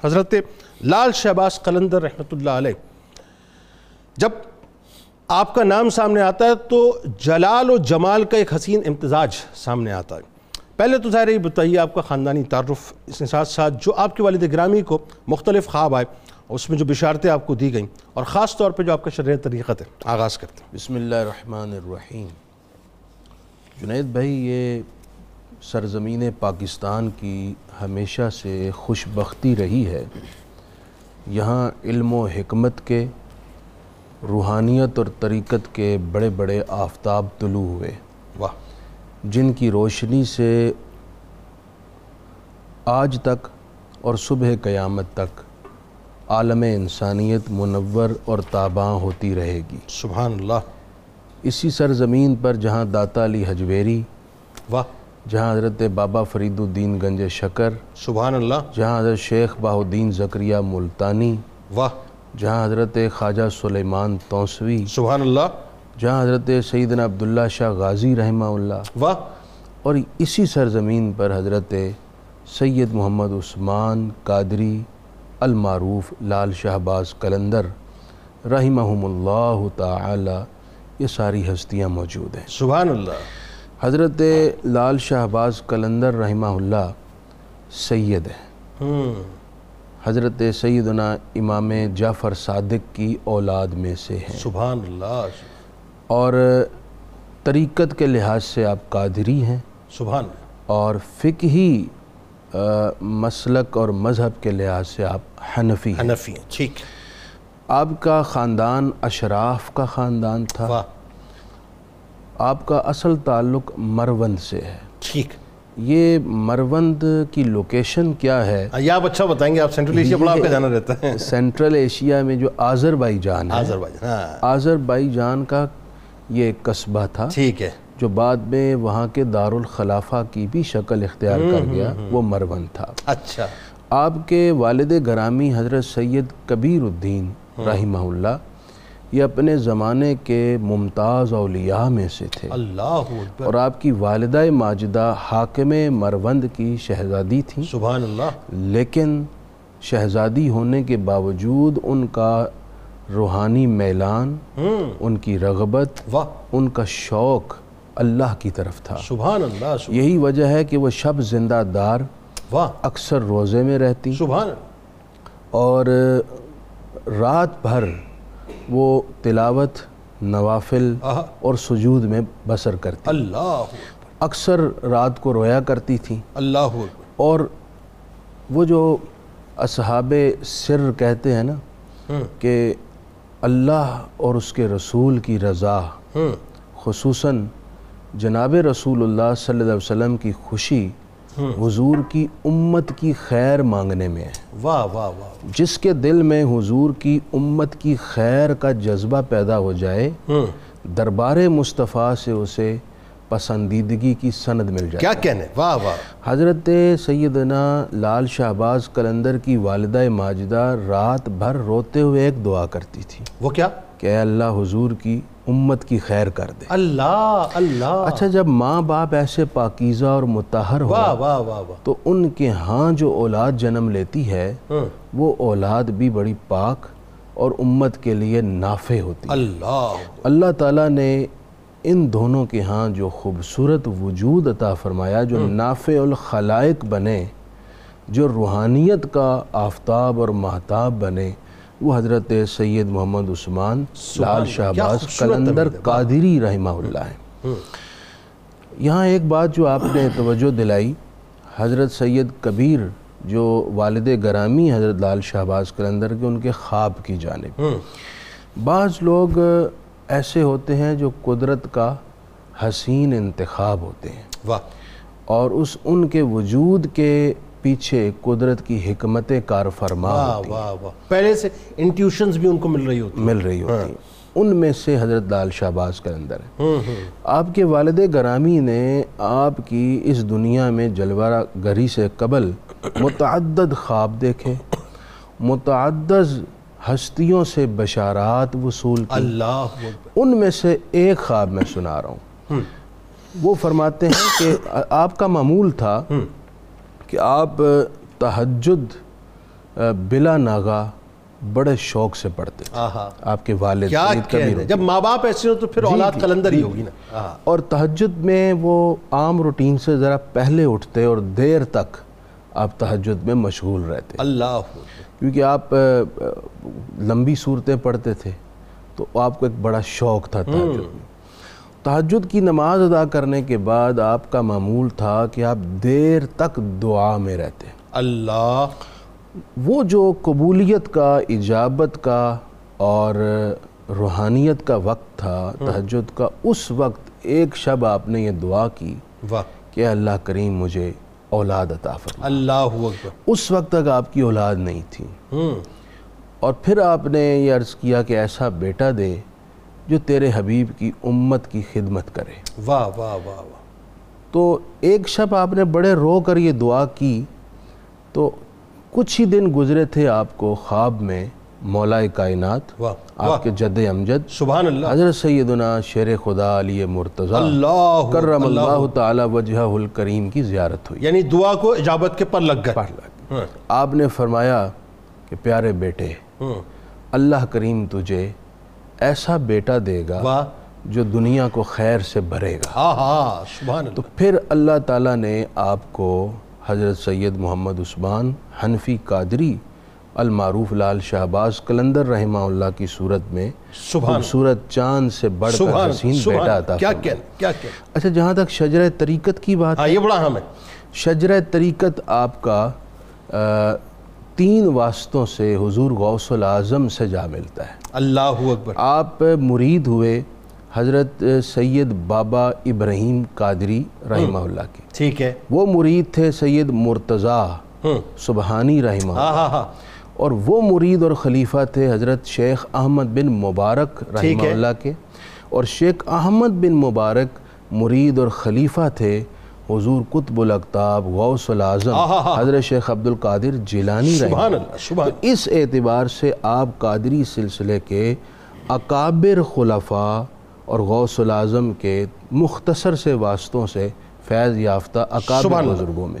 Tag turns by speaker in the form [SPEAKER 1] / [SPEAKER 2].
[SPEAKER 1] حضرت لال شہباز قلندر رحمۃ اللہ علیہ جب آپ کا نام سامنے آتا ہے تو جلال و جمال کا ایک حسین امتزاج سامنے آتا ہے پہلے تو ظاہر یہ بتائیے آپ کا خاندانی تعارف اس کے ساتھ ساتھ جو آپ کے والد گرامی کو مختلف خواب آئے اس میں جو بشارتیں آپ کو دی گئیں اور خاص طور پہ جو آپ کا شرع طریقت ہے آغاز کرتے ہیں
[SPEAKER 2] بسم اللہ الرحمن الرحیم جنید بھائی یہ سرزمین پاکستان کی ہمیشہ سے خوش بختی رہی ہے یہاں علم و حکمت کے روحانیت اور طریقت کے بڑے بڑے آفتاب طلوع ہوئے
[SPEAKER 1] واہ
[SPEAKER 2] جن کی روشنی سے آج تک اور صبح قیامت تک عالم انسانیت منور اور تاباں ہوتی رہے گی
[SPEAKER 1] سبحان اللہ
[SPEAKER 2] اسی سرزمین پر جہاں داتا علی حجویری
[SPEAKER 1] واہ
[SPEAKER 2] جہاں حضرت بابا فرید الدین گنج شکر
[SPEAKER 1] سبحان اللہ
[SPEAKER 2] جہاں حضرت شیخ بہالدین زکریہ ملتانی
[SPEAKER 1] واہ
[SPEAKER 2] جہاں حضرت خواجہ سلیمان توسوی
[SPEAKER 1] سبحان اللہ
[SPEAKER 2] جہاں حضرت سیدنا عبداللہ شاہ غازی رحمہ اللہ
[SPEAKER 1] واہ
[SPEAKER 2] اور اسی سرزمین پر حضرت سید محمد عثمان قادری المعروف لال شہباز قلندر رحمہم اللہ تعالی یہ ساری ہستیاں موجود ہیں
[SPEAKER 1] سبحان اللہ
[SPEAKER 2] حضرت لال شہباز قلندر رحمہ اللہ سید ہیں
[SPEAKER 1] ہوں
[SPEAKER 2] حضرت سیدنا امام جعفر صادق کی اولاد میں سے ہیں
[SPEAKER 1] سبحان اللہ
[SPEAKER 2] اور طریقت کے لحاظ سے آپ قادری ہیں
[SPEAKER 1] سبحان اللہ
[SPEAKER 2] اور فقہی آ، مسلک اور مذہب کے لحاظ سے آپ حنفی ہیں
[SPEAKER 1] حنفی ہیں ٹھیک ہے
[SPEAKER 2] آپ کا خاندان اشراف کا خاندان تھا
[SPEAKER 1] واہ
[SPEAKER 2] آپ کا اصل تعلق مروند سے ہے
[SPEAKER 1] ٹھیک ہے
[SPEAKER 2] یہ مروند کی لوکیشن کیا ہے
[SPEAKER 1] یہ آپ اچھا بتائیں گے آپ سینٹرل ایشیا بڑا آپ کا جانا رہتا ہے
[SPEAKER 2] سینٹرل ایشیا میں جو آذربائی جان ہے
[SPEAKER 1] آذربائیجان ہاں
[SPEAKER 2] آذربائی جان کا یہ ایک قصبہ تھا
[SPEAKER 1] ٹھیک ہے
[SPEAKER 2] جو بعد میں وہاں کے دارالخلافہ کی بھی شکل اختیار کر گیا وہ مروند تھا
[SPEAKER 1] اچھا
[SPEAKER 2] آپ کے والد گرامی حضرت سید کبیر الدین رحمہ اللہ یہ اپنے زمانے کے ممتاز اولیاء میں سے تھے
[SPEAKER 1] اللہ اکبر
[SPEAKER 2] اور آپ کی والدہ ماجدہ حاکم مروند کی شہزادی تھیں
[SPEAKER 1] سبحان اللہ
[SPEAKER 2] لیکن شہزادی ہونے کے باوجود ان کا روحانی میلان
[SPEAKER 1] ہوں
[SPEAKER 2] ان کی رغبت
[SPEAKER 1] واہ
[SPEAKER 2] ان کا شوق اللہ کی طرف تھا
[SPEAKER 1] سبحان اللہ سب-
[SPEAKER 2] یہی وجہ ہے کہ وہ شب زندہ دار
[SPEAKER 1] واہ
[SPEAKER 2] اکثر روزے میں رہتی
[SPEAKER 1] سبحان اللہ
[SPEAKER 2] اور رات بھر وہ تلاوت نوافل
[SPEAKER 1] آہا،
[SPEAKER 2] اور سجود میں بسر کرتی
[SPEAKER 1] اللہ اکبر،
[SPEAKER 2] اکثر رات کو رویا کرتی تھیں
[SPEAKER 1] اللہ اکبر،
[SPEAKER 2] اور وہ جو اصحاب سر کہتے ہیں نا
[SPEAKER 1] ہوں
[SPEAKER 2] کہ اللہ اور اس کے رسول کی رضا
[SPEAKER 1] ہوں
[SPEAKER 2] خصوصاً جناب رسول اللہ صلی اللہ علیہ وسلم کی خوشی حضور کی امت کی خیر مانگنے میں ہے
[SPEAKER 1] واہ واہ واہ
[SPEAKER 2] جس کے دل میں حضور کی امت کی خیر کا جذبہ پیدا ہو جائے
[SPEAKER 1] ہوں
[SPEAKER 2] دربار مصطفیٰ سے اسے پسندیدگی کی سند مل جائے
[SPEAKER 1] کیا کہنے واہ واہ
[SPEAKER 2] حضرت سیدنا لال شہباز قلندر کی والدہ ماجدہ رات بھر روتے ہوئے ایک دعا کرتی تھی
[SPEAKER 1] وہ کیا
[SPEAKER 2] کہ اے اللہ حضور کی امت کی خیر کر دے
[SPEAKER 1] اللہ اللہ
[SPEAKER 2] اچھا جب ماں باپ ایسے پاکیزہ اور متحر ہو
[SPEAKER 1] واہ واہ واہ واہ
[SPEAKER 2] تو ان کے ہاں جو اولاد جنم لیتی ہے
[SPEAKER 1] ہوں
[SPEAKER 2] وہ اولاد بھی بڑی پاک اور امت کے لیے نافع ہوتی ہے۔
[SPEAKER 1] اللہ اکبر،
[SPEAKER 2] اللہ تعالیٰ نے ان دونوں کے ہاں جو خوبصورت وجود عطا فرمایا جو نافع الخلائق بنے جو روحانیت کا آفتاب اور محتاب بنے وہ حضرت سید محمد عثمان
[SPEAKER 1] سبحان
[SPEAKER 2] لال
[SPEAKER 1] اللہ، کیا
[SPEAKER 2] شہباز
[SPEAKER 1] خوبصورت
[SPEAKER 2] قلندر
[SPEAKER 1] تمیز ہے، واہ۔
[SPEAKER 2] قادری رحمہ اللہ ہیں
[SPEAKER 1] ہوں
[SPEAKER 2] یہاں ایک بات جو آپ نے توجہ دلائی حضرت سید کبیر جو والد گرامی حضرت لال شہباز قلندر کے ان کے خواب کی جانب
[SPEAKER 1] ہوں
[SPEAKER 2] بعض لوگ ایسے ہوتے ہیں جو قدرت کا حسین انتخاب ہوتے ہیں
[SPEAKER 1] واہ
[SPEAKER 2] اور اس ان کے وجود کے پیچھے قدرت کی حکمت کار فرما
[SPEAKER 1] واہ
[SPEAKER 2] ہوتی
[SPEAKER 1] واہ واہ پہلے سے انٹیوشنز بھی ان کو مل رہی ہوتی
[SPEAKER 2] مل رہی ہوتی ہیں
[SPEAKER 1] ہاں۔
[SPEAKER 2] ان میں سے حضرت لال شہباز قلندر ہیں
[SPEAKER 1] ہوں ہوں
[SPEAKER 2] آپ کے والد گرامی نے آپ کی اس دنیا میں جلوہ گری سے قبل متعدد خواب دیکھے متعدد ہستیوں سے بشارات وصول کی
[SPEAKER 1] اللہ اکبر،
[SPEAKER 2] ان میں سے ایک خواب میں سنا رہا ہوں وہ فرماتے ہیں کہ آپ کا معمول تھا کہ آپ تہجد آ، بلا ناغا بڑے شوق سے پڑھتے تھے
[SPEAKER 1] آہا
[SPEAKER 2] آپ کے والد
[SPEAKER 1] کیا
[SPEAKER 2] سید
[SPEAKER 1] کہہ
[SPEAKER 2] کبیر
[SPEAKER 1] رہے ہیں؟ جب ماں باپ ایسے ہو تو پھر
[SPEAKER 2] جی،
[SPEAKER 1] اولاد
[SPEAKER 2] جی،
[SPEAKER 1] قلندر ہی
[SPEAKER 2] جی۔
[SPEAKER 1] ہوگی نا آہا
[SPEAKER 2] اور تہجد میں وہ عام روٹین سے ذرا پہلے اٹھتے اور دیر تک آپ تہجد میں مشغول رہتے
[SPEAKER 1] اللہ
[SPEAKER 2] کیونکہ آپ اے، اے، لمبی صورتیں پڑھتے تھے تو آپ کو ایک بڑا شوق تھا تہجد میں تہجد کی نماز ادا کرنے کے بعد آپ کا معمول تھا کہ آپ دیر تک دعا میں رہتے
[SPEAKER 1] اللہ
[SPEAKER 2] وہ جو قبولیت کا اجابت کا اور روحانیت کا وقت تھا تہجد کا اس وقت ایک شب آپ نے یہ دعا کی
[SPEAKER 1] واہ
[SPEAKER 2] کہ اے اللہ کریم مجھے اولاد عطا فرما
[SPEAKER 1] اللہ اکبر
[SPEAKER 2] اس وقت تک آپ کی اولاد نہیں تھی
[SPEAKER 1] ہوں
[SPEAKER 2] اور پھر آپ نے یہ عرض کیا کہ ایسا بیٹا دے جو تیرے حبیب کی امت کی خدمت کرے
[SPEAKER 1] واہ واہ واہ واہ
[SPEAKER 2] تو ایک شب آپ نے بڑے رو کر یہ دعا کی تو کچھ ہی دن گزرے تھے آپ کو خواب میں مولا کائنات
[SPEAKER 1] واہ
[SPEAKER 2] آپ
[SPEAKER 1] واہ
[SPEAKER 2] کے جد امجد
[SPEAKER 1] سبحان اللہ
[SPEAKER 2] حضرت سیدنا شیر خدا علی مرتضی
[SPEAKER 1] اللہ
[SPEAKER 2] کرم
[SPEAKER 1] اللہ
[SPEAKER 2] اللہ تعالی وجہ الکریم کی زیارت ہوئی
[SPEAKER 1] یعنی دعا کو اجابت کے پر لگ گئے ہاں،
[SPEAKER 2] آپ نے فرمایا کہ پیارے بیٹے
[SPEAKER 1] ہوں،
[SPEAKER 2] اللہ کریم تجھے ایسا بیٹا دے گا
[SPEAKER 1] واہ
[SPEAKER 2] جو دنیا کو خیر سے بھرے گا
[SPEAKER 1] ہاں ہاں سبحان
[SPEAKER 2] تو
[SPEAKER 1] اللہ
[SPEAKER 2] پھر اللہ تعالیٰ نے آپ کو حضرت سید محمد عثمان حنفی قادری المعروف لال شہباز قلندر رحمہ اللہ کی صورت میں
[SPEAKER 1] سبحان اللہ،
[SPEAKER 2] خوبصورت چاند سے بڑھ کر
[SPEAKER 1] سبحان
[SPEAKER 2] حسین
[SPEAKER 1] اللہ، سبحان
[SPEAKER 2] بیٹا
[SPEAKER 1] اللہ،
[SPEAKER 2] عطا
[SPEAKER 1] کیا
[SPEAKER 2] فرمایا۔
[SPEAKER 1] کہنا کیا کہنا
[SPEAKER 2] اچھا جہاں تک شجر طریقت کی بات
[SPEAKER 1] ہاں یہ بڑا ہم ہے
[SPEAKER 2] شجر طریقت آپ کا آ، تین واسطوں سے حضور غوث العظم سے جا ملتا ہے
[SPEAKER 1] اللہ اکبر
[SPEAKER 2] آپ مرید ہوئے حضرت سید بابا ابراہیم قادری رحمہ اللہ کے
[SPEAKER 1] ٹھیک ہے
[SPEAKER 2] وہ مرید تھے سید مرتضیٰ
[SPEAKER 1] ہوں
[SPEAKER 2] سبحانی رحمہ اللہ
[SPEAKER 1] ہاں ہاں ہاں
[SPEAKER 2] اور وہ مرید اور خلیفہ تھے حضرت شیخ احمد بن مبارک
[SPEAKER 1] ٹھیک
[SPEAKER 2] رحمہ
[SPEAKER 1] ہے۔
[SPEAKER 2] اللہ کے اور شیخ احمد بن مبارک مرید اور خلیفہ تھے حضور قطب الاقطاب غوث العظم
[SPEAKER 1] آہا۔
[SPEAKER 2] حضرت شیخ عبد القادر جیلانی رحمہ
[SPEAKER 1] سبحان اللہ سبحان
[SPEAKER 2] تو اس اعتبار سے آپ قادری سلسلے کے اکابر خلفاء اور غوث العظم کے مختصر سے واسطوں سے فیض یافتہ
[SPEAKER 1] سبحان
[SPEAKER 2] اکابر
[SPEAKER 1] اللہ۔
[SPEAKER 2] بزرگوں میں سے